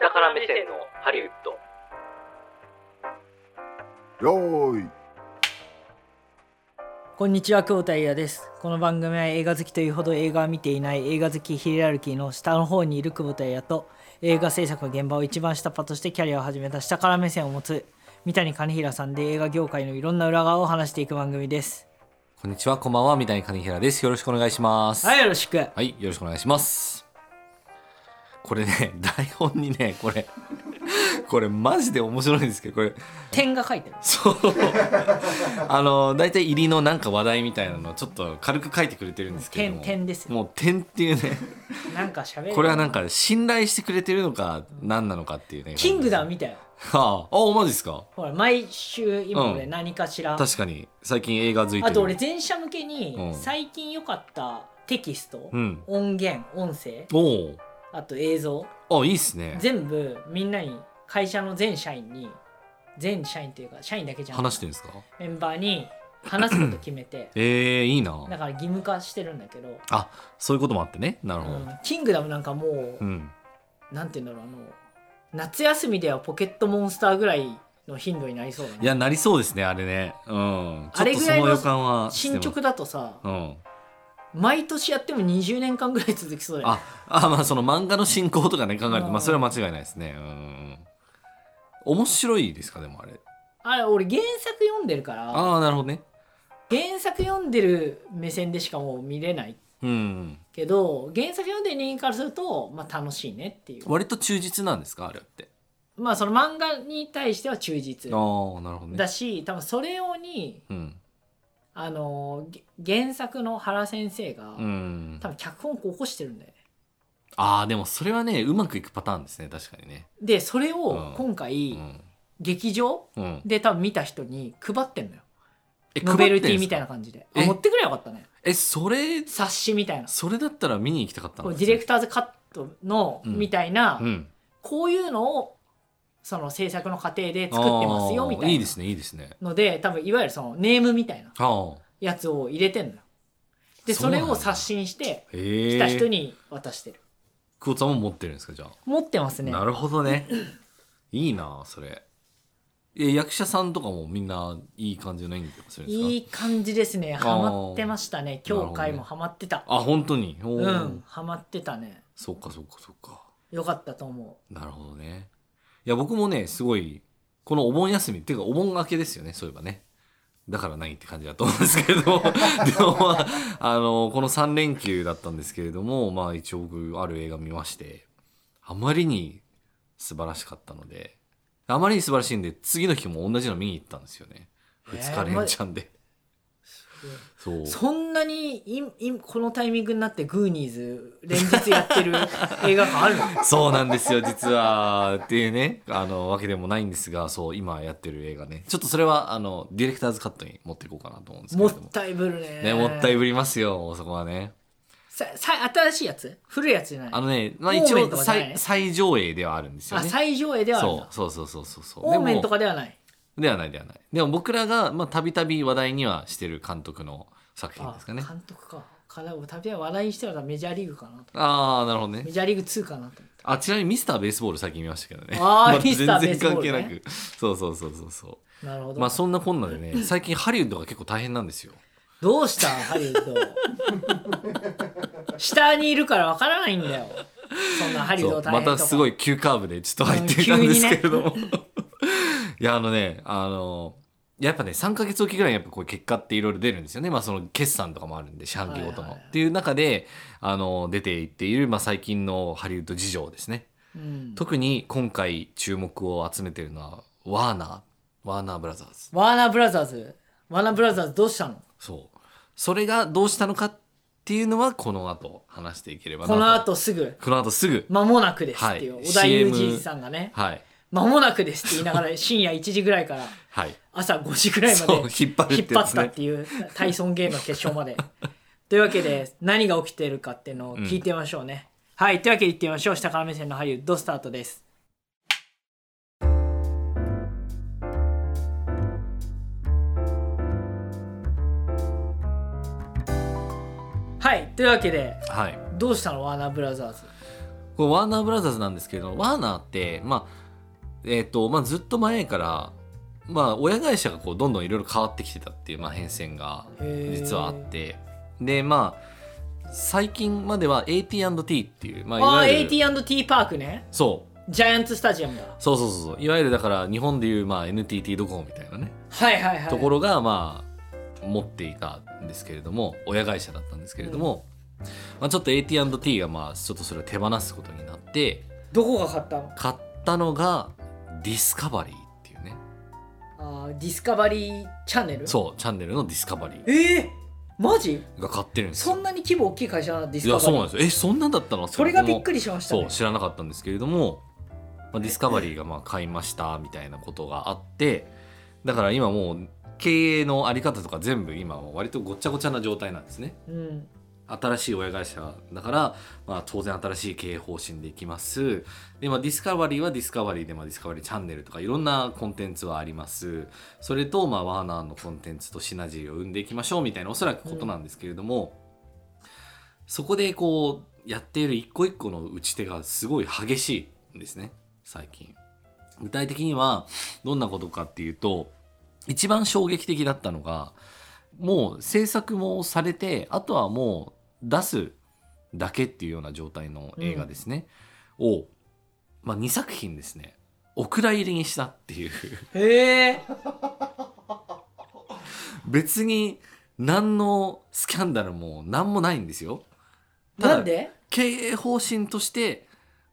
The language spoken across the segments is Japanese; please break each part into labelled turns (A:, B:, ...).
A: 下から目線のハリウッド
B: よーい
C: こんにちは、久保田イヤです。この番組は映画好きというほど映画は見ていない映画好きヒエラルキーの下の方にいる久保田イヤと映画制作の現場を一番下っ端としてキャリアを始めた下から目線を持つ三谷兼平さんで映画業界のいろんな裏側を話していく番組です。
D: こんにちは、こんばんは、三谷兼平です。よろしくお願いします。
C: はい、よろしく。
D: はい、よろしくお願いします。これね、 台本にね、これ、 これマジで面白いんですけど、これ、
C: 点が書いてる。
D: そう、 あの、大体入りのなんか話題みたいなのをちょっと軽く書いてくれてるんですけれども、
C: 点点ですよ
D: もう点っていうね、
C: なんか喋る。
D: これはなんか信頼してくれてるのか、何なのかっていうね。
C: キングダム
D: ム
C: 見たよ。
D: はあ、あ、マジですか
C: ほら、毎週今俺
D: うん
C: 何かしら。
D: 確かに、最近映画づいてる。
C: あと俺、前者向けに
D: うん
C: 最近良かったテキスト、
D: うん。
C: 音源、音声、
D: お
C: あと映像。
D: お、あ、いいっすね。
C: 全部みんなに会社の全社員に全社員というか社員だけじゃん
D: 話してるんですか
C: メンバーに話すこと決めて
D: えー、いいな。
C: だから義務化してるんだけど、
D: あそういうこともあってねなるほ
C: う
D: ど、
C: んキングダムなんかもう、
D: うん
C: なんて言うんだろうあの夏休みではポケットモンスターぐらいの頻度になりそうだ
D: い
C: ね
D: やなりそうですねあれねうんち
C: あ
D: ょっ
C: れ
D: と
C: ぐ
D: そ
C: らいの
D: の予感はし
C: 進
D: てます
C: 捗だとさ
D: うん
C: 毎年やっても20年間ぐらい続きそうだよね
D: ああまあその漫画の進行とかね考え
C: う
D: ると
C: ん
D: まあそれは間違いないですねうん面白いですかでもあれ
C: あれ俺原作読んでるから
D: ああなるほどね
C: 原作読んでる目線でしかもう見れない
D: うん
C: けど原作読んでる人間からすると、まあ、楽しいねっていう
D: 割と忠実なんですかあれって
C: まあその漫画に対しては忠実
D: ああなるほどね
C: だし、多分それ用に
D: うん
C: あのげ原作の原先生が、
D: うん
C: 多分脚本を起こしてるんだよね。
D: ああでもそれはねうまくいくパターンですね確かにね
C: でそれ
D: う
C: を
D: ん
C: 今
D: う
C: 回、
D: ん、
C: 劇場
D: うん、
C: で多分見た人に配ってんのよ
D: え
C: ノベルティみ
D: み
C: た
D: た
C: い
D: い
C: な
D: な
C: 感じであ
D: え
C: 持ってくればよかったね
D: えそれ
C: 冊子みたいな
D: それだったら見に行きたかった
C: こ
D: な
C: うディレクターズカットの、
D: うん
C: みたいな、
D: うん
C: こういうのをその制作の過程で作ってますよみた
D: あーい
C: い
D: いで
C: な
D: すねいいですね
C: ので多分いわゆるそのネームみたいな
D: ああ
C: やつを入れてんのよで
D: そ
C: そう
D: な
C: れ
D: んだ
C: を刷新して
D: へえ
C: 来た人に渡してる、
D: 久保さんも持ってるんですかじゃあ、
C: 持ってますね
D: なるほどね いいなそれえ役者さんとかもみんないい感じの演技とかするんですか
C: いい感じですね
D: ー
C: ハマってましたね今日回もハマってた、
D: あ本当にお
C: う
D: ー
C: んハマってたね
D: そっかそっかそっか
C: よかったと思
D: なるほどねいや僕もねすごいこのお盆休みっていうかお盆明けですよねそういえばねだからないって感じだと思うんですけれども でも、まあ、あのこの3連休だったんですけれどもまあ一応僕ある映画見ましてあまりに素晴らしかったのであまりに素晴らしいんで次の日も同じの見に行ったんですよね
C: えー
D: 2日連チャンで、
C: う
D: そう
C: そんなにいいこのタイミングになってグーニーズ連日や ってる映画館あるの
D: そうなんですよ実はっていうねあのわけでもないんですがそう今やってる映画ねちょっとそれはあのディレクターズカットに持っていこうかなと思うんですけ
C: も
D: れ
C: っ
D: ども
C: たいぶるね
D: ね、もったいぶりますよそこはね
C: ささ新しいやつ古いやつじゃない
D: あのね、まあ、
C: オー
D: 一
C: メン
D: 応
C: とかじゃない
D: 再再上映ではあるんですよ
C: あ
D: ね
C: 最上映ではあるん
D: そ
C: だ
D: うそうそうそうそうそう
C: オーメンと
D: か
C: かではない
D: ではないではないでも僕らがまあたびたび話題にはしてる監督の作品ですかね
C: あ監督かからたび話題にしてはメジャーリーグかなと
D: ああーなるほど
C: メ
D: ね
C: ジャーリーグ2かなと思って
D: あちなみにミスターベースボール最近見ましたけどね
C: あー
D: ま
C: ミスターベースボールね
D: 全然関係なくそうそうそうそうそう
C: なるほど、
D: まあそんなこんなでね最近ハリウッドが結構大変なんですよ
C: どうしたハリウッド下にいるからわからないんだよそんなハリウッド
D: そう
C: 大
D: ま
C: 変とか
D: たすご
C: い
D: い急カーブでちょっと入ってたんですけれども、 いやあのねあのやっぱね3ヶ月おきぐらいにやっぱこう結果っていろいろ出るんですよね、まあ、その決算とかもあるんで四半期ごとの、
C: はいはいはい
D: っていう中であの出ていっている、まあ、最近のハリウッド事情ですね
C: うん、
D: 特に今回注目を集めてるのはワーナーワーナーブラザーズ
C: ワーナーブラザーズワーナーブラザーズどうしたの
D: そうそれがどうしたのかっていうのはこの後話していければな
C: ことの後すぐ
D: この後すぐ
C: 間もなくですっていう、
D: はい
C: 小田裕
D: CM
C: 二さんがね
D: はい
C: 間もなくですって言いながら深夜1時ぐらいから
D: はい
C: 朝5時ぐらいまで
D: そう引っ張る
C: 引
D: っ
C: って張
D: や
C: っ
D: つ
C: た
D: ね
C: っていうタイソンゲームの決勝ま でというわけで何が起きてるかっていうのを聞いてみましょうね、はいというわけでいってみましょう下から目線のハリウッドスタートですはいというわけで
D: はい
C: どうしたのワーナーブラザーズ
D: これワーナーブラザーズなんですけどワーナーって、まあえっとまあ、ずっと前から、まあ、親会社がこうどんどんいろいろ変わってきてたっていう、まあ、変遷が
C: へー
D: 実はあってでまあ最近までは AT&T っていう、まあ、い
C: あ
D: わ
C: あ
D: ゆる
C: AT&T パークね
D: そう
C: ジャイアンツスタジアムだ
D: そうそうそうそういわゆるだから日本でいう、まあ、NTT ドコモみたいなね
C: はいはいはい
D: ところがまあ持っていたんですけれども親会社だったんですけれども、まあ、ちょっと AT&T がまあちょっとそれを手放すことになって
C: どこが買ったの
D: 買ったのがディスカバリーっていうね
C: あーディスカバリーチャンネルう
D: そうチャンネルのディスカバリー
C: えー、マジ
D: が買ってるんです
C: そ
D: よ
C: んなに規模大きい会社なのディ
D: い
C: スカバ
D: や
C: リー
D: そうなんですよえそんなんだったの
C: それがびっくりしました、ね、
D: そう知らなかったんですけれども、まあ、ディスカバリーがまあ買いましたみたいなことがあってだから今もう経営のあり方とか全部今は割とごっちゃごちゃな状態なんですね
C: うん、
D: 新しい親会社だから、まあ、当然新しい経営方針でいきますで、まあ、ディスカバリーはディスカバリーで、まあ、ディスカバリーチャンネルとかいろんなコンテンツはありますそれと、まあ、ワーナーのコンテンツとシナジーを生んでいきましょうみたいなおそらくことなんですけれども、そこでこうやっている一個一個の打ち手がすごい激しいんですね最近具体的にはどんなことかっていうと一番衝撃的だったのがもう制作もされてあとはもう出すだけっていうような状態の映画ですね、を、まあ、2作品ですねお蔵入りにしたっていう
C: へえ
D: 別に何のスキャンダルも何もないんですよただ
C: なんで
D: 経営方針として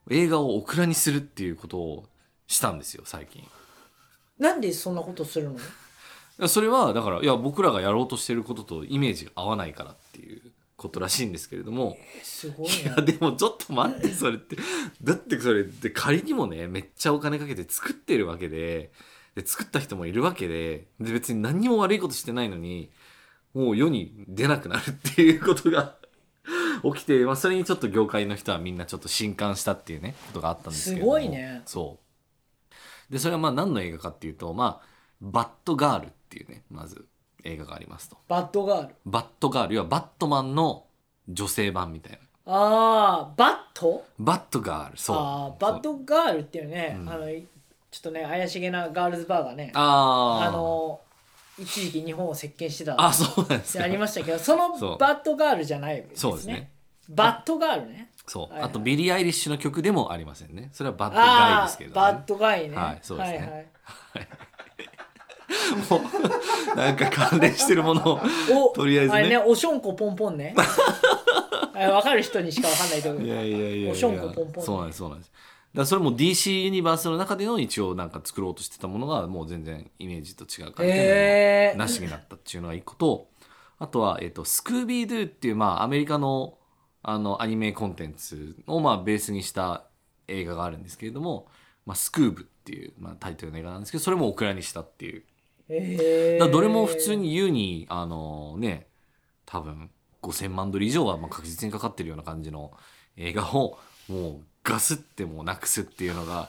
D: 映画をオクラにするっていうことをしたんですよ最近
C: なんでそんなことするの
D: それはだからいや僕らがやろうとしてることとイメージが合わないからっていうことらしいんですけれども
C: すごい
D: い
C: な
D: や でもちょっと待ってそれってだってそれって仮にもねめっちゃお金かけて作ってるわけでで作った人もいるわけでで別に何にも悪いことしてないのにもう世に出なくなるっていうことが 起きて、まあ、それにちょっと業界の人はみんなちょっと震撼したっていうねことがあったんですけれども
C: すごいね
D: そうでそれはまあ何の映画かっていうとまあ「バッドガール」っていうねまず映画がありますと
C: バッドガール
D: バッドガール要はバットマンの女性版みたいな
C: ああバット
D: バッドガールそう
C: あーバッドガールっていうね、
D: うん
C: あのいちょっとね怪しげなガールズバーがね
D: あー
C: あの一時期日本を席巻してた
D: あそうなんです
C: で
D: か
C: ありましたけどその
D: そう
C: バッドガールじゃないですね
D: そうですね
C: バッドガールね
D: そ
C: は
D: う、
C: いはい
D: あとビリー・アイリッシュの曲でもありませんねそれはバッドガイ
C: あ
D: で
C: あ
D: すけど、
C: ー
D: ね、
C: バッドガイね
D: はいそうですね
C: はいはい
D: も うなんか関連してる ものを
C: お
D: とりあえずね
C: れねおしょんこポンポンね あれ分かる人にしか分かんないと思
D: いうやいやいやいや
C: おしょんこポンポン
D: そうなんですそうなんですだからそれも DC ユニバースの中での一応なんか作ろうとしてたものがもう全然イメージと違うから、
C: へー
D: なしになったっていうのが一個とあとは、えっとスクービードゥっていう、まあ、アメリカのあのアニメコンテンツを、まあ、ベースにした映画があるんですけれども「まあ、スクーブ」っていう、まあ、タイトルの映画なんですけどそれもオクラにしたっていう
C: えー
D: だからどれも普通に優にあのね多分5,000万ドル以上はまあ確実にかかってるような感じの映画をもうガスってもうなくすっていうのが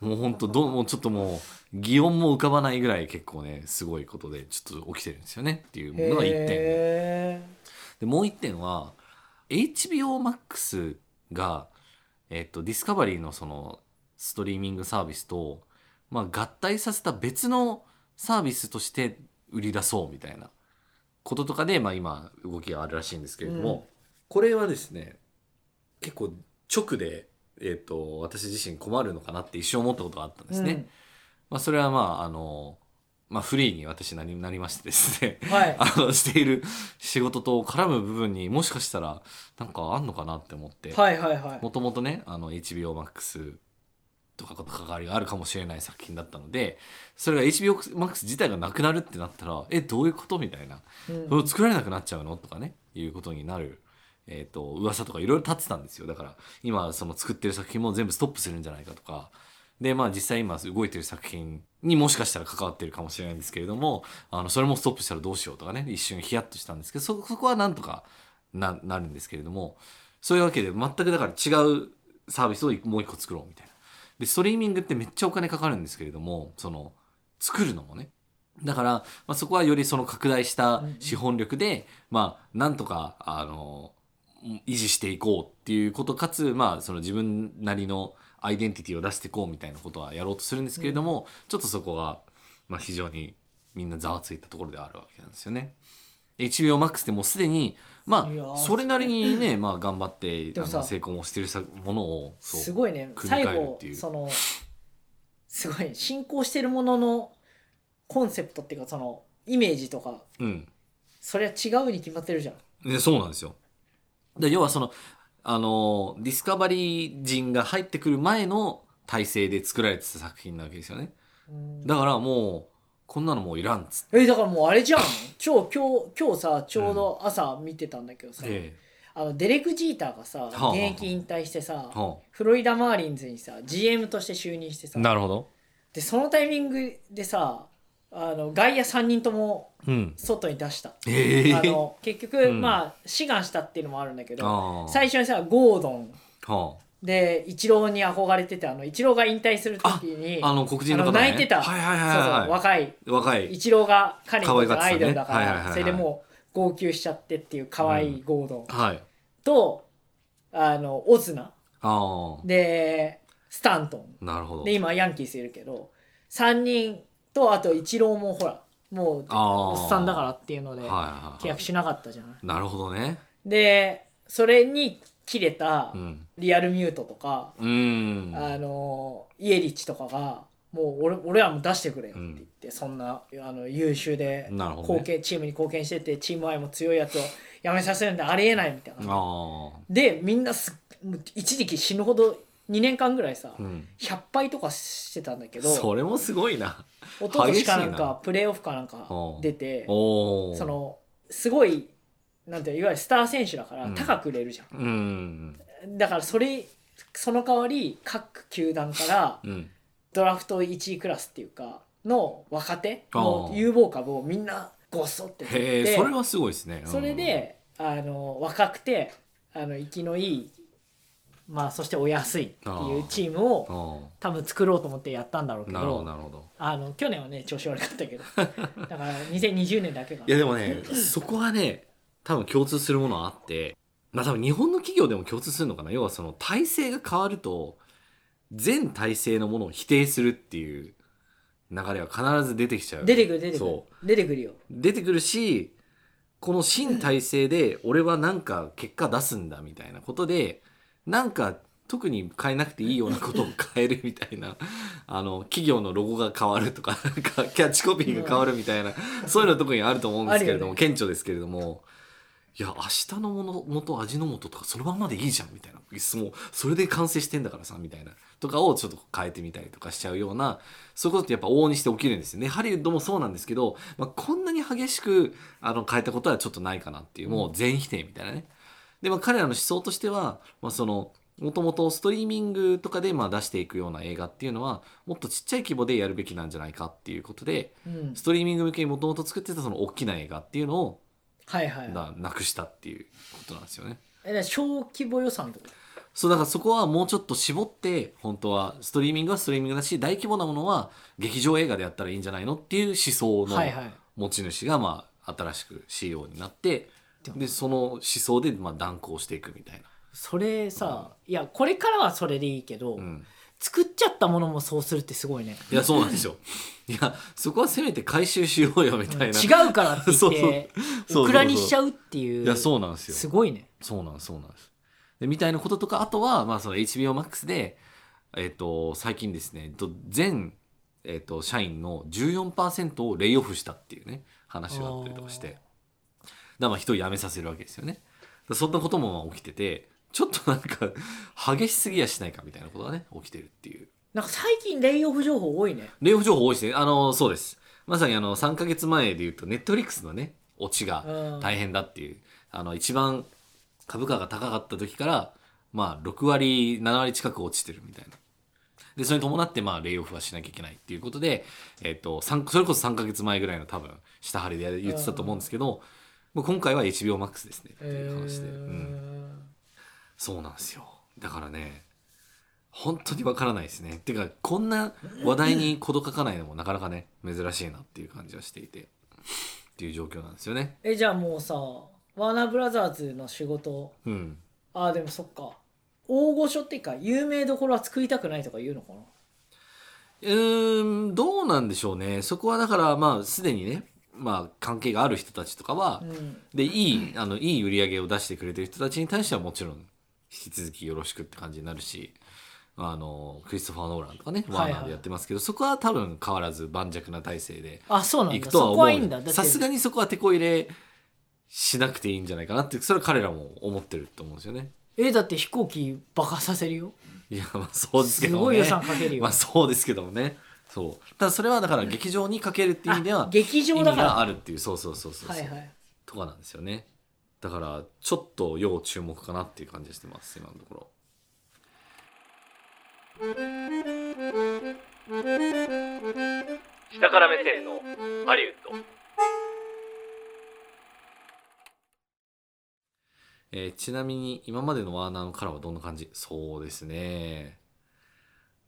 D: もうほんとどうもうちょっともう擬音も浮かばないぐらい結構ねすごいことでちょっと起きてるんですよねっていうものが1点。
C: へ
D: でもう一点は HBO Max が、えっとディスカバリーのそのストリーミングサービスと、まあ、合体させた別のサービスとして売り出そうみたいなこととかで、まあ、今動きがあるらしいんですけれども、
C: うん
D: これはですね結構直で、えっと私自身困るのかなって一瞬思ったことがあったん
C: ー
D: ですね。まあ、それはまああの、まあ、フリーに私なりなりましてですね
C: うんはい
D: あのしている 仕事と絡む部分にもしかしたらなんかあんのかなって思って
C: はいはいはい
D: もともとねあの HBO Max とかと関わりがあるかもしれない作品だったのでそれが HBO Max 自体がなくなるってなったらえどういうことみたいな
C: うん
D: それを作られなくなっちゃうのとかねいうことになる。えー、と噂とかいろいろ立ってたんですよだから今その作ってる作品も全部ストップするんじゃないかとかでまあ実際今動いてる作品にもしかしたら関わってるかもしれないんですけれどもあのそれもストップしたらどうしようとかね一瞬ヒヤッとしたんですけどそそこはなんとかななるんですけれどもそういうわけで全くだから違うサービスをもう一個作ろうみたいな。でストリーミングってめっちゃお金かかるんですけれどもその作るのもねだから、まあ、そこはよりその拡大した資本力で、まあなんとかあの維持していこうっていうことかつ、まあ、その自分なりのアイデンティティを出していこうみたいなことはやろうとするんですけれども、ちょっとそこが、まあ、非常にみんなざわついたところではあるわけなんですよね。1秒マックスでもうすでにま
C: いやー
D: あそれなりにね、まあ、頑張って
C: でも
D: あ
C: さ
D: の成功もしてるさものをそう
C: すごいね
D: 組
C: 最
D: み替えるっ
C: 後
D: ていう
C: そのすごい進行してるもののコンセプトっていうかそのイメージとか
D: うん、
C: それは違うに決まってるじゃん
D: ね、そうなんですよ。で要はその、あの、ディスカバリー人が入ってくる前の体制で作られてた作品なわけですよね。
C: うん
D: だからもう、こんなのもういらんっつっ
C: えだからもうあれじゃん超今日今日さちょうど朝見てたんだけどさ、
D: て。え
C: あのデレク・ジーターがさ
D: あはあ
C: 現役引退してさ、
D: えは
C: フロリダ・マーリンズにさ GM として就任してさ
D: あ、なるほど。
C: でそのタイミングでさあの外野3人とも
D: うん。
C: 外に出した
D: ええ
C: あの結局、
D: うん
C: まあ志願したっていうのもあるんだけど
D: ああ
C: 最初にさゴードン
D: は
C: でイチローに憧れててあのイチローが引退する時に
D: あ、あの黒人の方、ね、
C: あの泣いてた
D: はいはい
C: そう
D: はい
C: そう
D: は
C: 若い
D: い。若い。
C: イチローが彼にとっての
D: 可
C: ア
D: 愛
C: イド
D: がってたね
C: ルだか
D: はいはいはいは
C: ら
D: い
C: それでもう号泣しちゃってっていう可愛いゴードン、
D: はい。
C: とあのオズナ
D: ああ。
C: でスタントン
D: なるほど。
C: で今ヤンキースいるけど3人とあとイチローもほらもう
D: ああ。
C: おっさんだからっていうので
D: はいはい
C: 契
D: は
C: 約しなかったじゃない、
D: い。なるほどね。
C: でそれに切れた
D: うん。
C: リアルミュートとか、
D: うん。
C: あのイエリッチとかがもう俺俺らも出してくれよって言って、そんなあの優秀で
D: なるほどね
C: 貢献、チームに貢献しててチーム愛も強いやつをやめさせるんでありえないみたいな
D: あ
C: でみんなすもう一時期死ぬほど2年間ぐらいさ、
D: あ。うん。
C: 100敗とかしてたんだけど
D: それもすごいな。
C: おととしかなん
D: 激しいな
C: かプレーオフかなんか出て
D: おお。
C: そのすごいなんていうのいわゆるスター選手だから
D: うん
C: 高く売れるじゃん、
D: うん。
C: だからそれその代わり各球団から
D: うん。
C: ドラフト1位クラスっていうかの若手
D: あー
C: の有望株をみんなごっそって取っ
D: へ
C: て
D: え、それはすごいですね。うん
C: それ、であの若くてあの生きのいいまあそしてお安いっていうチームを
D: うん
C: 多分作ろうと思ってやったんだろうけ
D: なるほど、
C: ど
D: なるほど。
C: あの去年はね調子悪かったけ どだから2020年だけが
D: いや、でもね、そこはね、多分共通するものはあって、まあ多分日本の企業でも共通するのかな。要はその体制が変わると、全体制のものを否定するっていう流れは必ず出てきちゃう。
C: 出てくる出てくる
D: そう。
C: 出てくるよ
D: 出てくるしこの新体制で俺はなんか結果出すんだみたいなことでなんか特に変えなくていいようなことを変えるみたいな あの企業のロゴが変わるとかなんかキャッチコピーが変わるみたいなそういうの特にあると思うんですけれども、
C: あるよね
D: 顕著ですけれども。いや明日のもの元味の素とかそのまんまでいいじゃんみたいなもうそれで完成してんだからさみたいなとかをちょっと変えてみたりとかしちゃうようなそういうことってやっぱ往々にして起きるんですよね。ハリウッドもそうなんですけど、まあ、こんなに激しくあの変えたことはちょっとないかなっていう、もう全否定みたいなね。で、まあ、彼らの思想としては、まあ、その、もともとストリーミングとかでまあ出していくような映画っていうのは、もっとちっちゃい規模でやるべきなんじゃないかっていうことで、
C: うん
D: ストリーミング向けにもともと作ってたその大きな映画っていうのを
C: はいはい
D: ななくしたっていうことなんですよね。
C: えだから小規模予算ってことか
D: そうだからそこはもうちょっと絞って本当はストリーミングはストリーミングだし大規模なものは劇場映画でやったらいいんじゃないのっていう思想の
C: はいはい
D: 持ち主がまあ新しく CEO になってでその思想でまあ断行していくみたいな。
C: それさいやこれからはそれでいいけど、
D: うん
C: 作っちゃったものもそうするってすごいね
D: いやそうなんです よ。いやそこはせめて回収しようよみたいな。い
C: 違うからって言って
D: そうそうそう
C: オクラにしちゃうっていう
D: やそうなんですよ。
C: すごいね
D: そうなんですそうなんですでみたいなこととかあとは、まあ、その HBO Max で、えっと最近ですねえっと全、えっと社員の14%をレイオフしたっていうね話があったりとかしてだからまあ人を辞めさせるわけですよねだからそんなこともまあ起きててちょっとなんか激しすぎやしないかみたいなことがね起きてるっていう
C: なんか最近レイオフ情報多いね
D: レイオフ情報多いですねあのそうですまさにあの3ヶ月前で言うと Netflix のねオチが
C: うん
D: 大変だっていう、あの一番株価が高かった時から、まあ、6割7割近く落ちてるみたいなでそれに伴ってまあレイオフはしなきゃいけないっていうことで、えっと三それこそ3か月前ぐらいの多分下張りで言ってたと思うんですけど、もう今回は HBO マックスですねっていう話で、
C: えー
D: うん、そうなんですよだからね本当にわからないですねてかこんな話題に事欠かないのもなかなかね珍しいなっていう感じはしていてっていう状況なんですよね
C: えじゃあもうさワーナーブラザーズの仕事
D: うん
C: ああでもそっか大御所っていうか有名どころは作りたくないとか言うのかな
D: うーんどうなんでしょうねそこはだからまあすでにねまあ関係がある人たちとかは、
C: うん
D: でいいあのいい売り上げを出してくれてる人たちに対してはもちろん引き続きよろしくって感じになるしあのクリストファー・ノーランとかね
C: はいは
D: ワ
C: い
D: ーナーでやってますけど、そこは多分変わらず盤石な体制で
C: あそうなん
D: い
C: だ
D: くとは
C: そこ
D: 思
C: はいいんだだっ
D: う
C: て
D: さすがにそこは手こ入れしなくていいんじゃないかなってそれは彼らも思ってると思うんですよね。
C: えだって飛行機バカさせるよ
D: いやまあそうですけ
C: す
D: どもね。
C: ごい予算かけるよ、
D: まあそうですけどもね。そうただそれはだから劇場にかけるっていう意味で
C: あ
D: は
C: 劇
D: 意
C: 場
D: 味
C: だか
D: が
C: ら
D: あるっていうそうそうそうそうそう、
C: はいはい
D: とかなんですよねだからちょっと要注目かなっていう感じがしてます今のところ
A: 下から目線のハリウッド
D: えーちなみに今までのワーナーのカラーはどんな感じそうですね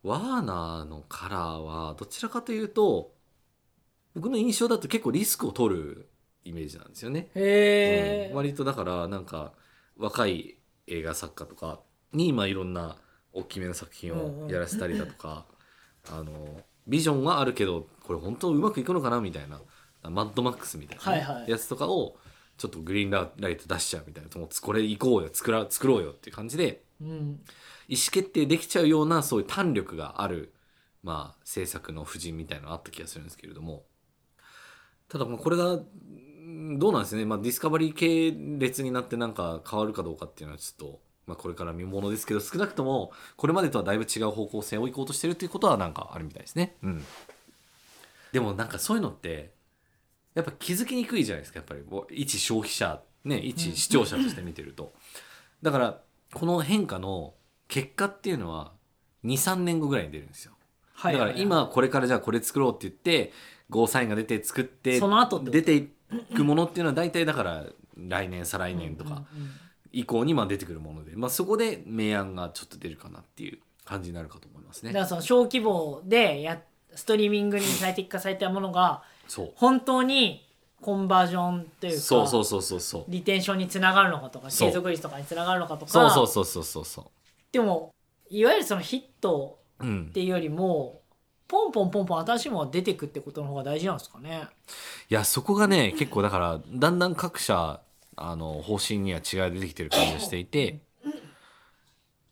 D: ワーナーのカラーはどちらかというと僕の印象だと結構リスクを取るイメージなんですよね
C: へえ、
D: うん割とだからなんか若い映画作家とかに今いろんな大きめの作品をやらせたりだとか、あのビジョンはあるけどこれ本当うまくいくのかなみたいなマッドマックスみたいなね、
C: はいはい
D: やつとかをちょっとグリーンライト出しちゃうみたいなもうこれ行こうよ作ら作ろうよっていう感じで
C: うん
D: 意思決定できちゃうようなそういう弾力がある、まあ、制作の布陣みたいなのあった気がするんですけれどもただまあこれがうんどうなんですね、まあ、ディスカバリー系列になってなんか変わるかどうかっていうのはちょっと、まあ、これから見ものですけど少なくともこれまでとはだいぶ違う方向性を行こうとしてるっていうことはなんかあるみたいですね。うん、でもなんかそういうのってやっぱ気づきにくいじゃないですかやっぱりもう一消費者ね一視聴者として見てると。だからこの変化の結果っていうのは23年後ぐらいに出るんですよ
C: は
D: だ
C: い
D: か
C: はい
D: ら
C: はい
D: 今これからじゃあこれ作ろうって言ってゴーサインが出て作って
C: その後ってこと
D: 出ていくものっていうのは大体だから来年再来年とか
C: うんうんうん
D: 以降にまあ出てくるもので、まあ、そこで明暗がちょっと出るかなっていう感じになるかと思います
C: だか
D: ね。
C: らその小規模でやストリーミングに最適化されたものが
D: そう
C: 本当にコンバージョンというか
D: そうそうそうそうそう
C: リテンションにつながるのかとか
D: そう
C: 継続率とかにつながるのかとか
D: そうそうそうそうそうそ
C: でもいわゆるそのヒット
D: う。うん
C: っていうよりもポンポンポンポン新しいものが出てくってことの方が大事なんですかね。
D: いやそこがね結構だからだんだん各社あの方針には違いが出てきてる感じがしていて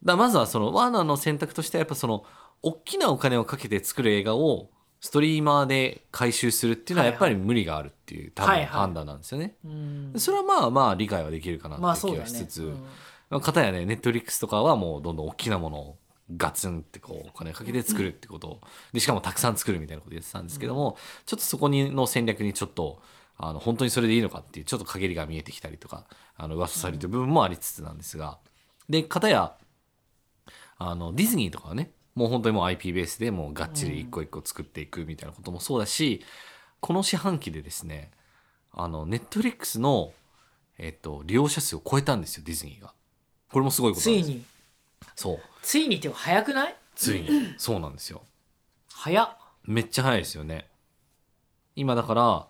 D: だまずはそのワーナーの選択としてはやっぱその大きなお金をかけて作る映画をストリーマーで回収するっていうのは
C: はい
D: や
C: は
D: っ
C: い
D: ぱり無理があるっていう多
C: はいはい
D: 分判断なんですよね。
C: うん、
D: それはまあまあ理解はできるかな
C: まあ
D: ってい
C: そうう
D: 気
C: だ
D: が
C: ね。
D: しつつ、
C: うん
D: まあ片やねネットリックスとかはもうどんどん大きなものをガツンってこうお金かけて作るってことをでしかもたくさん作るみたいなことやってたんですけども、ちょっとそこにの戦略にちょっとあの本当にそれでいいのかっていうちょっと陰りが見えてきたりとかあの噂されてる部分もありつつなんですが、で片やあのディズニーとかはねもう本当にもう IP ベースでもうがっちり一個一個作っていくみたいなこともそうだし、この四半期でですねあのネットフリックスの、えっと、利用者数を超えたんですよディズニーが。これもすごいこと
C: つ
D: なんで
C: い
D: す
C: に
D: そう
C: ついにっていうか早くない
D: ついに そうなんですよ
C: 早っ
D: めっちゃ早いですよね今だから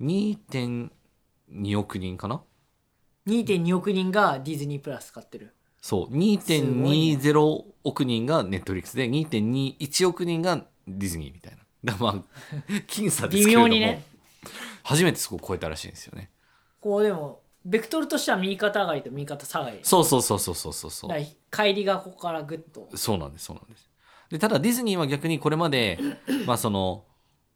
D: 2.2億人かな
C: 2.2億人がディズニープラス買ってる。
D: そう
C: す
D: 2.20億人がネットフリックスで2.21億人がディズニーみたいなだか らまあ僅差ですけれども
C: 微妙にね
D: 初めてそこを超えたらしいんですよね
C: こうでもベクトルとしては右肩上がりと右肩下がり
D: そうそうそうそうそうそうそう
C: だから帰りがここからグッと
D: そうなんですそうなんですでただディズニーは逆にこれま でまあその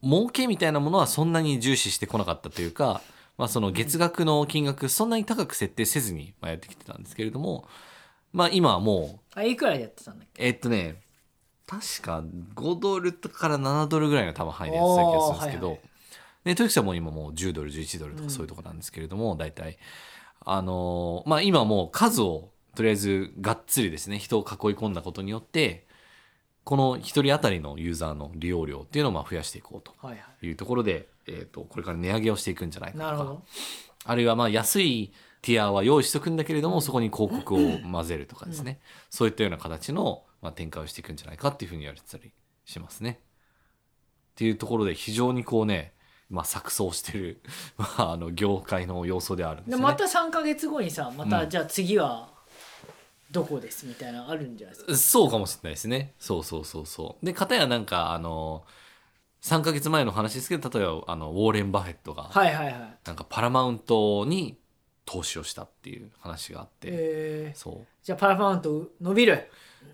D: 儲けみたいなものはそんなに重視してこなかったというか、まあ、その月額の金額そんなに高く設定せずにまあやってきてたんですけれどもまあ今はもう
C: あいくらでやってたんだっ
D: えっとね確か5ドルとかから7ドルぐらいの多分範囲でやってた気がするんですけど、
C: おーはい
D: でトリックスはもう今もう10ドル11ドルとかそういうとこなんですけれども、大体あのーまあ今もう数をとりあえずがっつりですね人を囲い込んだことによってこの1人当たりのユーザーの利用量っていうのをまあ増やしていこうと
C: けはいは
D: いうところで、えー、とこれから値上げをしていくんじゃない
C: い
D: か
C: なる
D: と
C: ほ
D: か
C: ど
D: あるいはまあ安いティアは用意しとくんだけれどもそこに広告を混ぜるとかですね、そういったような形のまあ展開をしていくんじゃないかっていうふうに言われてたりしますね。っていうところで非常にこうねまあ、錯綜してる、 まあ、あの業界の要素ではあるんです
C: で
D: よね。
C: また3か月後にさまた
D: うん
C: じゃあ次はどこですみたいなのあるんじゃないですか、
D: そうかもしれないですね。そうそうそうそう。で、片やなんか、あの、3ヶ月前の話ですけど、例えば、あの、ウォーレン・バフェットが、
C: はいはいはい
D: なんかパラマウントに投資をしたっていう話があって、
C: えー、
D: そ
C: じゃあパラパウント伸びる
D: う。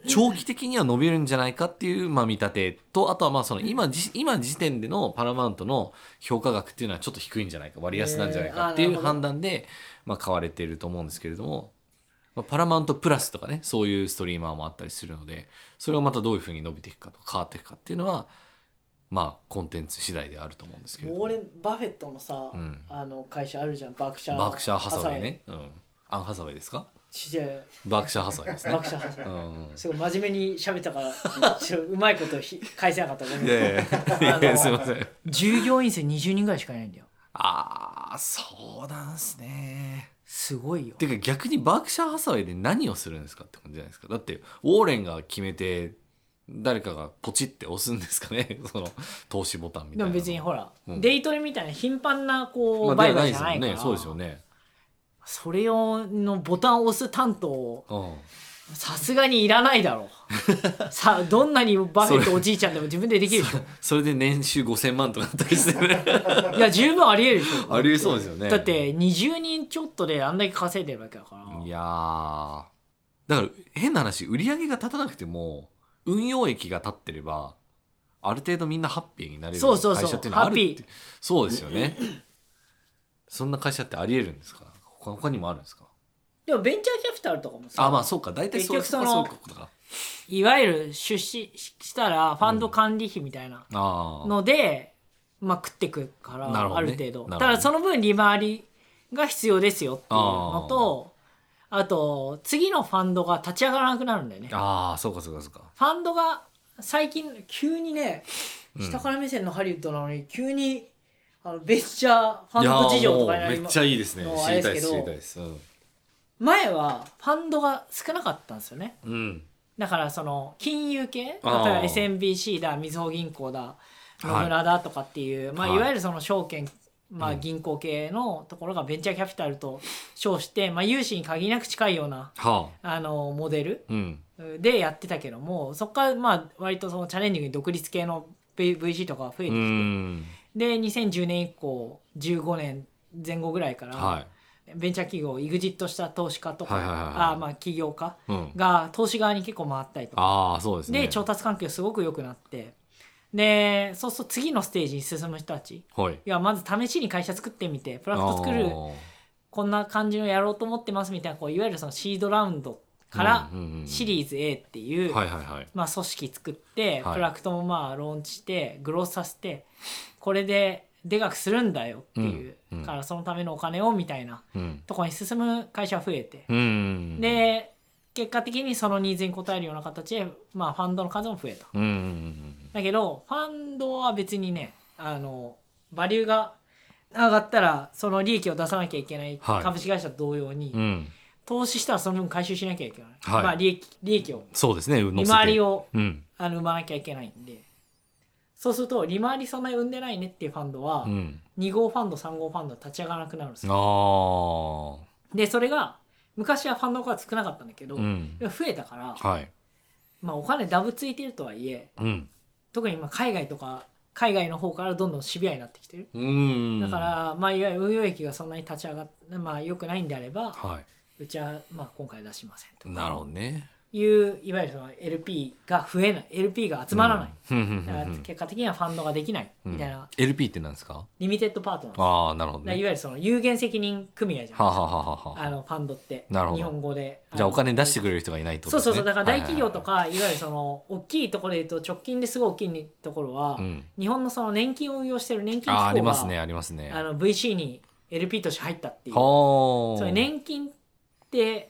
D: 長期的には伸びるんじゃないかっていう、まあ、見立てと、あとはまあ、その、今じ、今時点でのパラマウントの評価額っていうのはちょっと低いんじゃないか、割安なんじゃないかってい
C: えーあーなる
D: う
C: ほど
D: 判断で、まあ、買われてると思うんですけれども、まあ、パラマウントプラスとかね、そういうストリーマーもあったりするので、それをまたどういうふうに伸びていくかとか変わっていくかっていうのは、まあ、コンテンツ次第であると思うんですけ
C: ウ
D: れ
C: ォー
D: ども。
C: レン・バフェットのさ、
D: うん
C: あの会社あるじゃんバクシャー
D: バークシャーハサウェイね。うん。アンハサウェイですか
C: ちげえ
D: バークシャーハサウェイですね
C: バ。クシャーハサウェイ
D: うん
C: すごい真面目に喋ったからちょうまいことひ返せなかったごめん
D: いやいやいや、すいません。
C: 従業員数20人ぐらいしかいないんだよ
D: ああ、そうなんすね。
C: すごいよ
D: てか逆にバークシャーハサウェイで何をするんですかって感じじゃないですか。だって、ウォーレンが決めて、誰かがポチって押すんですかね その投資ボタンみたい
C: で
D: な
C: も
D: の。
C: 別にほら、
D: うん
C: デイトレみたいな頻繁なこう
D: まあ、
C: 売
D: では
C: 買
D: ない
C: じゃ
D: です
C: な
D: も
C: い
D: ん
C: から、
D: ね。そうですよね。
C: それ用のボタンを押す担当
D: うん。
C: さすがにいらないだろ うさあどんなにバフェットおじいちゃんでも自分でできるでし
D: それで年収5000万とかあったりし てね。
C: ょいや十分ありえるでしょ
D: ありえそうですよ ね
C: だって20人ちょっとであんだけ稼いでるわけだから
D: いやーだから変な話売り上げが立たなくても運用益が立ってればある程度みんなハッピーになれる
C: そうそうそう
D: 会社っていうのはあるって
C: ハッピ
D: そうですよねそんな会社ってありえるんですか他他にもあるんですか
C: でもベンチャーキャピタルとかもさ
D: あまあそうか大体そう
C: 結局
D: か
C: その
D: そうかことか
C: いわゆる出資したらファンド管理費みたいな
D: あー
C: ので、まあ、食ってくから
D: なるほ
C: あ
D: ど
C: る
D: ね
C: 程度
D: なるほどね
C: ただその分利回りが必要ですよっていうのとあと次のファンドが立ち上がらなくなるんだよねフ
D: あーそうかそうかそうか
C: ァンドが最近急にね
D: うん
C: 下から目線のハリウッドなのに急にあのベンチャーファンド事情とかに
D: い
C: なり
D: やーもうめ
C: ま
D: っちゃいいですね
C: もうあ
D: 知
C: れ
D: り
C: で
D: た
C: すけ
D: いで
C: ど
D: す知りたいですうん、
C: 前はファンドが少なかったんですよね
D: うん、
C: だからその金融系例え
D: あー
C: ば SMBC だみずほ銀行だ
D: い
C: 野村だとかっていう、いま
D: は
C: あ、
D: い
C: いわゆるその証券、まあ、
D: うん
C: 銀行系のところがベンチャーキャピタルと称して、まあ、融資に限りなく近いような
D: はあ
C: あのモデル
D: うん
C: でやってたけどもそこからまあ割とそのチャレンジングに独立系の V- VC とかが増えてき
D: う
C: て、
D: ん
C: で2010年以降15年前後ぐらいから、
D: はい
C: ベンチャー企業を EXIT した投資家とか、
D: はいはいはいはい
C: あまあ起業家
D: うん
C: が投資側に結構回ったりとか
D: ああそうですね
C: で調達環境すごく良くなってでそうそう次のステージに進む人たち
D: はい
C: いやまず試しに会社作ってみてプロダクト作
D: あ
C: る
D: ー
C: こんな感じのやろうと思ってますみたいなこういわゆるそのシードラウンドから
D: うんうんうん
C: シリーズ A っていう、
D: はいはいはい
C: まあ、組織作って
D: はい
C: プロダクトもまあローンチしてグロースさせてこれででかくするんだよっていう、
D: うんうん
C: からそのためのお金をみたいな
D: うん
C: とこに進む会社が増えて、
D: うん
C: で結果的にそのニーズに応えるような形で、まあ、ファンドの数も増えた。
D: うんうんうん
C: だけどファンドは別にねあのバリューが上がったらその利益を出さなきゃいけない
D: はい
C: 株式会社と同様に、
D: うんうん
C: 投資したらその分回収しなきゃいけない、
D: はい
C: まあ利益利益を
D: そうですね乗せ
C: 利
D: て
C: 回りを
D: うん
C: あの生まなきゃいけないんでそうすると利回りそんなに生んでないねっていうファンドは、
D: うん
C: 2号ファンド3号ファンド立ち上がらなくなるんです
D: あ
C: よ
D: ー
C: でそれが昔はファンドの数少なかったんだけど、
D: うん
C: 増えたから、
D: はい
C: まあ、お金ダブついてるとはいえ
D: うん
C: 特に今海外とか海外の方からどんどんシビアになってきてる
D: うん
C: だから、まあ、いわゆる運用益がそんなに立ち上がっまあ、良くないんであれば、
D: は
C: うちは、まあ、今回出しませんと
D: いなるほどね
C: いう、いわゆるその LP が増えない、LP が集まらない。
D: うんうん
C: だから結果的にはファンドができない、
D: うんうん
C: みたいな、
D: LP ってなんですか
C: リミテッドパートナー。だか
D: ああなるほど
C: らい
D: ね
C: わゆるその有限責任組合じゃ
D: は
C: ん。
D: ははは
C: あ
D: は
C: の、ファンドって。
D: なるほど
C: 日本語で。
D: じゃあお金出して
C: く
D: くれる人がいないってこと
C: そう
D: で
C: そ
D: すね
C: うそう。だから大企業と
D: か
C: か、いわゆるその、大きいところで言うと、直近ですごい大きいところは、
D: うん
C: 日本のその年金を運用してる年金機構
D: あ
C: が
D: ーありますねありますね
C: あ
D: は
C: の VC に LP として入ったっていう。
D: ー
C: それ年金って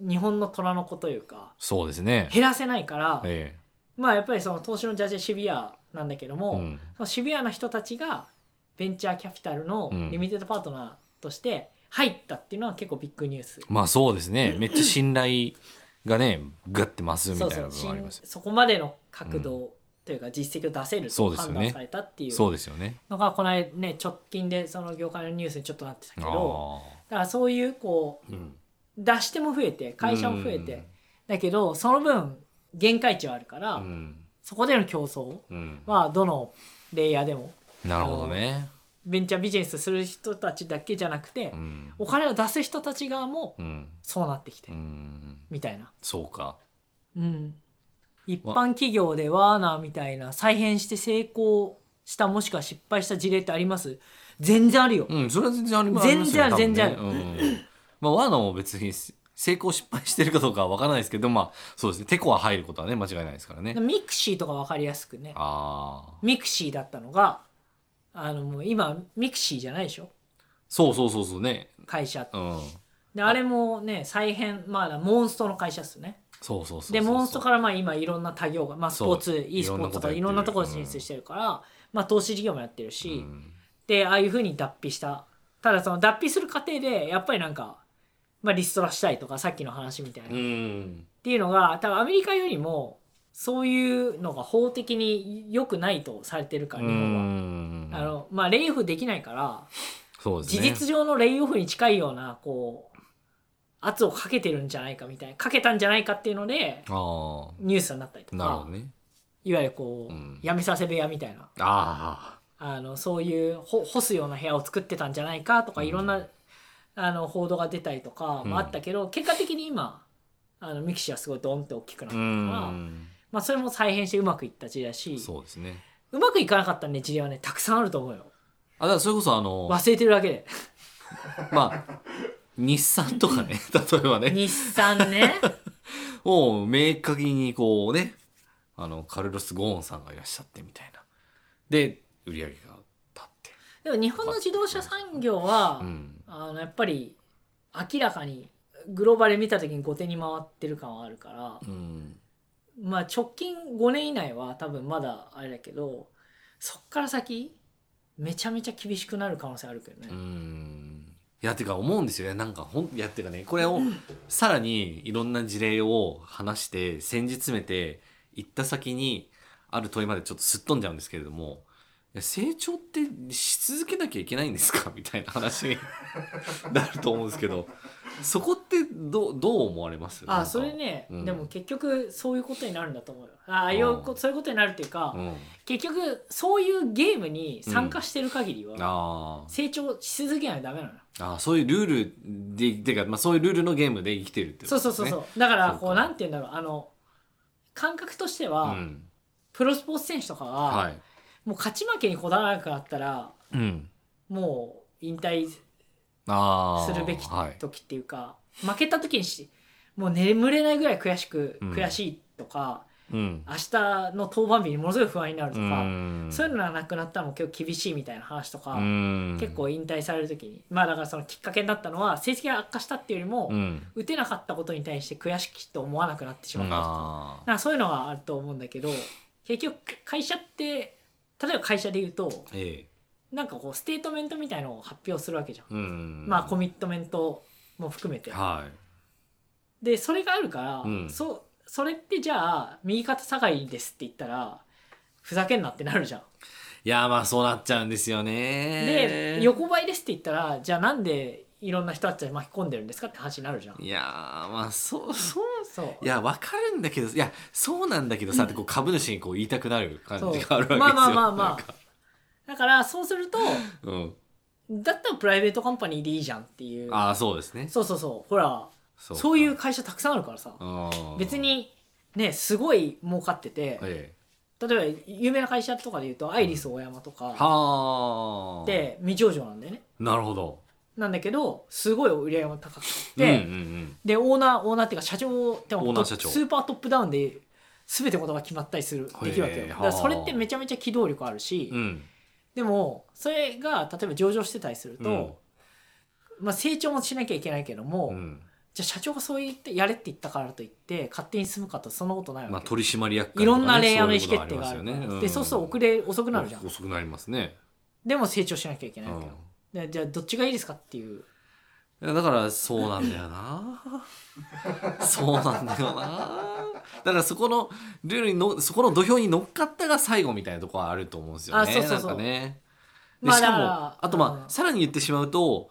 C: 日本の虎の子というか
D: そうですね
C: 減らせないから、
D: え
C: まあやっぱりその投資のジャッジはシビアなんだけども、
D: えうん
C: そのシビアな人たちがベンチャーキャピタルの
D: うん
C: リミテッドパートナーとして入ったっていうのは結構ビッグニュース。
D: まあそうですねめっ ちゃ信頼がねガッて増すみた
C: そ
D: いうな
C: そう
D: 部分あります
C: しそこまでの角度というか実績を出せる
D: そ
C: と
D: うですよ
C: 判
D: ね
C: 断されたっていう
D: そうですよね。
C: のがこの間ね直近でその業界のニュースにちょっとなってたけ
D: あ
C: どだからそういうこう
D: ーうん
C: 出し手も増えて会社も増えて、
D: うん
C: だけどその分限界値はあるから、
D: うん
C: そこでの競争
D: うん
C: はどのレイヤーでも
D: なるほどね。
C: ベンチャービジネスする人たちだけじゃなくて、
D: うん
C: お金を出す人たち側も
D: うん
C: そうなってきて、
D: うん
C: みたいな、
D: そうか。
C: うん、一般企業でワーナーみたいな再編して成功したもしくは失敗した事例ってあります全然あるよ、
D: うん、それは全然あります
C: 全然ある
D: りますよ
C: 全然ある
D: 多分ねうんまあ、ワーナも別に成功失敗してるかどうかは分からないですけど、まあ、そうですね。テコは入ることはね、間違いないですからね。
C: ミクシーとか分かりやすくね
D: ああ。
C: ミクシーだったのがあのもう今ミクシーじゃないでしょ
D: そうそうそうそうね。
C: 会社って
D: うん。
C: であれもね再編まあモンストの会社っすね
D: そうそうそうそう。
C: でモンストからまあ今いろんな他業がまあスポーツ
D: そう
C: e スポーツとかい
D: い
C: ろ
D: ろ
C: ん
D: ん
C: な
D: な
C: と
D: と
C: こ
D: こ
C: ろ
D: ろ
C: に
D: やって
C: 進出
D: る
C: してるからまあ投資事業もやってるし、
D: うん
C: でああいうふうに脱皮したただその脱皮する過程でやっぱりなんか、まあ、リストラしたいとかさっきの話みたいな、
D: う
C: っ
D: ん。
C: ていうのが多分アメリカよりもそういうのが法的に良くないとされてるから日本は。あ
D: は。
C: のまあ、レイオフできないから
D: そうです
C: 事
D: ね。
C: 実上のレイオフに近いようなこう圧をかけてるんじゃないかみたいなかけたんじゃないかっていうので
D: あ
C: ニュースになったりと
D: あ。なるほ
C: か
D: ど、ね。
C: いわゆるこう、
D: うん
C: やめさせ部屋みたいな
D: あ
C: あのそういうほ干すような部屋を作ってたんじゃないかとか
D: うん
C: いろんな、あの報道が出たりとかもあったけど、結果的に今あのミキシーはすごいドンって大きくなっ
D: あ。
C: たか
D: う
C: ら、
D: ん。
C: まあ、それも再編してうまくいった事例だし
D: そうですね。
C: うまくいかなかったね事例はねたくさんあると思うよ
D: あ、だからそれこそあの、
C: 忘れてるだけで
D: まあ、日産 とかね、例えばね。
C: 日産 ね
D: を明確にこうねあのカルロス・ゴーンさんがいらっしゃってみたいなで売り上げが立って、
C: でも日本の自動車産業は、
D: うん、
C: あのやっぱり明らかにグローバルで見た時に後手に回ってる感はあるから、
D: うん、
C: まあ直近5年以内は多分まだあれだけどそっから先めちゃめちゃ厳しくなる可能性あるけどね、
D: うんいやてか思うんですよねなんかほんいやてかねこれをさらにいろんな事例を話して先日詰めて行った先にある問いまでちょっとすっ飛んじゃうんですけれどもいや成長ってし続けなきゃいけないんですか みたいな話になると思うんですけどそこってどうどう思われますなん
C: あ
D: か
C: それね、
D: うん
C: でも結局そういうことになるんだと思うよああいうこ
D: うん
C: そういうことになるっていうか、
D: うん
C: 結局そういうゲームに参加してる限りは
D: あー
C: 成長し続けないとダメなのよ、
D: あーそういうルールでてか、まあ、そういうルールのゲームで生きてるってこと
C: そう
D: です
C: そ
D: ね
C: うそうそう、だから
D: そうか
C: こうなんて言うんだろうあの感覚として
D: う
C: は、
D: ん
C: プロスポーツ選手とかは、
D: はい
C: もう勝ち負けにこだわらなくなったら
D: うん
C: もう引退
D: あー
C: するべき
D: はい
C: 時っていうか、負けた時にしもう眠れないぐらい悔しく、
D: うん
C: 悔しいとか
D: うん
C: 明日の登板日にものすごい不安になるとか、
D: ん
C: そういうのがなくなったらもう結構厳しいみたいな話とか、
D: うん
C: 結構引退される時にまあだからそのきっかけになったのは成績が悪化したっていうよりも、
D: うん
C: 打てなかったことに対して悔しきと思わなくなってしまったとか
D: あ
C: なんかそういうのがあると思うんだけど結局会社って例えば会社で言うと
D: ーええ
C: なんかこうステートメントみたいのを発表するわけじゃん。
D: うん
C: まあコミットメントも含めて。
D: は
C: でそれがあるから、
D: うん
C: そそれってじゃあ右肩下がりですって言ったらふざけんなってなるじゃん。
D: いいやまあそうなっちゃうんですよね
C: で横ばいですって言ったらじゃあなんでいろんな人たちを巻き込んでるんですかって話になるじゃん。
D: いやーまあそうそう
C: そう
D: いやわかるんだけどいやそうなんだけどさってこう株主にこう言いたくなる感じがあるわけです
C: そう
D: よ
C: まあまあまあまあ
D: なんか
C: だからそうすると
D: うん
C: だったらプライベートカンパニーでいいじゃんっていう
D: ああそうですね
C: そうそうそうほら
D: そ
C: そう
D: か
C: ういう会社たくさんあるからさ
D: うん
C: 別にねすごい儲かってて、
D: ええ
C: 例えば有名な会社とかで言うとアイリスオーヤマとか
D: はあ
C: って未上場なんだよね。
D: なるほど
C: なんだけどすごい売り上げも高く
D: うんうん
C: て、でオーナーオーナーっていうか社長って
D: オーナー社長
C: スーパートップダウンで全てことが決まったりする
D: へー
C: できるわけよだからそれってめちゃめちゃ機動力あるし、
D: うんうん
C: でもそれが例えば上場してたりすると、まあ、成長もしなきゃいけないけども、
D: うん
C: じゃあ社長がそう言ってやれって言ったからといって勝手に進むかとそんなことないわけ、
D: まあ取締役
C: い
D: 会とかね
C: ろんなレイヤーの意思
D: そういう
C: 決
D: こと
C: 定がある
D: り
C: から
D: ますよね
C: でそうすると遅れ遅くなるじゃん、
D: 遅くなりますね
C: でも成長しなきゃいけないわけよ、
D: うん
C: でじゃあどっちがいいですかっていう
D: だからそうなんだよなそうなんだよなだからそこのルールにのそこの土俵に乗っかったが最後みたいなところはあると思うんですよね。
C: あそうそうそう
D: なんかね。で
C: まあ
D: しかも
C: だから
D: あとまあ、
C: うん
D: さらに言ってしまうと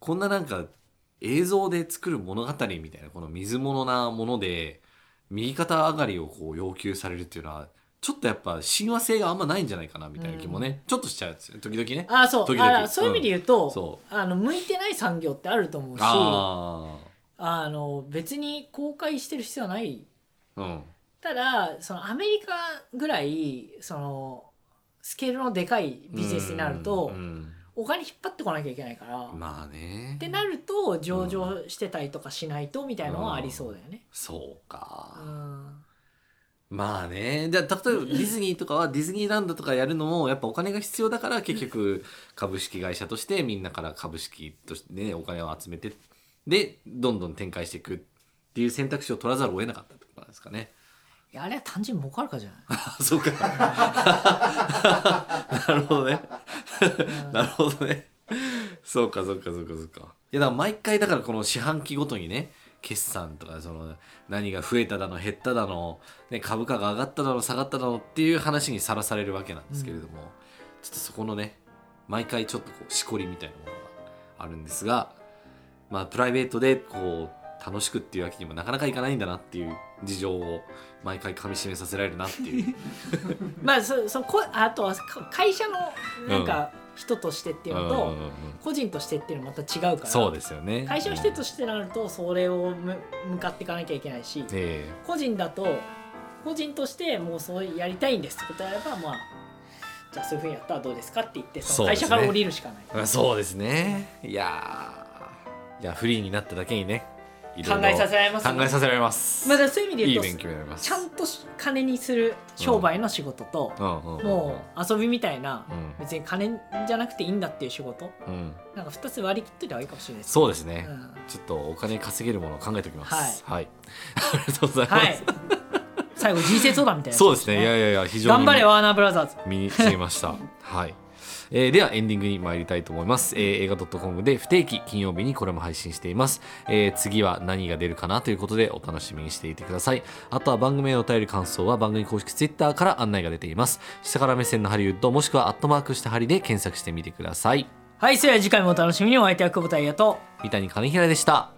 D: こんななんか映像で作る物語みたいなこの水物なもので右肩上がりをこう要求されるっていうのはちょっとやっぱ親和性があんまないんじゃないかなみたいな気もね、ちょっとしちゃうんですよ時々ね。
C: あそう
D: 時々
C: あらそういう意味で言う
D: うん
C: と
D: そ、
C: あの向いてない産業ってあると思うしあ
D: あ
C: の別に公開してる必要はない
D: あうん
C: ただそのアメリカぐらいそのスケールのでかいビジネスになると、
D: うん
C: お金引っ張ってこなきゃいけないから、
D: うんまあね
C: ってなると上場してたりとかしないとみたいなのはありそうだよね。
D: そうか、
C: うん
D: まあねじゃあ例えばディズニーとかはディズニーランドとかやるのもやっぱお金が必要だから結局株式会社としてみんなから株式として、ね、お金を集めてでどんどん展開していくっていう選択肢を取らざるを得なかったってことなんですかね。
C: いやあれは単純に儲かるからじゃない
D: あそうか なるほどね なるほどねそうかそうかそうかそうかいやだから毎回だからこの四半期ごとにね決算とかその何が増えただの減っただの、ね、株価が上がっただの下がっただのっていう話にさらされるわけなんですけれども、ちょっとそこのね毎回ちょっとこうしこりみたいなものがあるんですがまあプライベートでこう楽しくっていうわけにもなかなかいかないんだなっていう事情を毎回かみしめさせられるなっていう
C: まあそそこあとはか会社のなんか人としてっていうのと、
D: うんうんうん
C: 個人としてっていうのはまた違うから
D: そうですよね
C: 会社の人としてなるとそれをむ向かっていかなきゃいけないし
D: え
C: 個人だと個人としてもうそうやりたいんですってことであればまあじゃあそういうふうにやったらどうですかって言ってその会社から降りるしかない、
D: えそうですねいやーいやフリーになっただけにねいろいろ
C: 考えさせられますよね
D: 考えさせられます
C: まあ、だからそういう意味で
D: いい
C: 言うと
D: 勉強になります
C: ちゃんと金にする商売の仕事と、
D: うんうんうんうん
C: もう遊びみたいな、
D: うん
C: 別に金じゃなくていいんだっていう仕事
D: うん
C: なんか2つ割り切っといた方がいいかもしれないです、
D: そうですね、
C: うん
D: ちょっとお金稼げるものを考えておきますはい、ありがとうございます、
C: はい最後人生相談みたいなやつ
D: そうですねいやいやいや非常
C: 頑
D: に
C: 張れワーナーブラザーズ
D: 身に染みました。はい。えーではエンディングに参りたいと思います、えー映画 .com で不定期金曜日にこれも配信しています、えー次は何が出るかなということでお楽しみにしていてくださいあとは番組へのお便り感想は番組公式 Twitter から案内が出ています下から目線のハリウッドもしくはアットマークしたハリで検索してみてください
C: はいそれでは次回もお楽しみにお相手は久保田彩と
D: 三谷兼平でした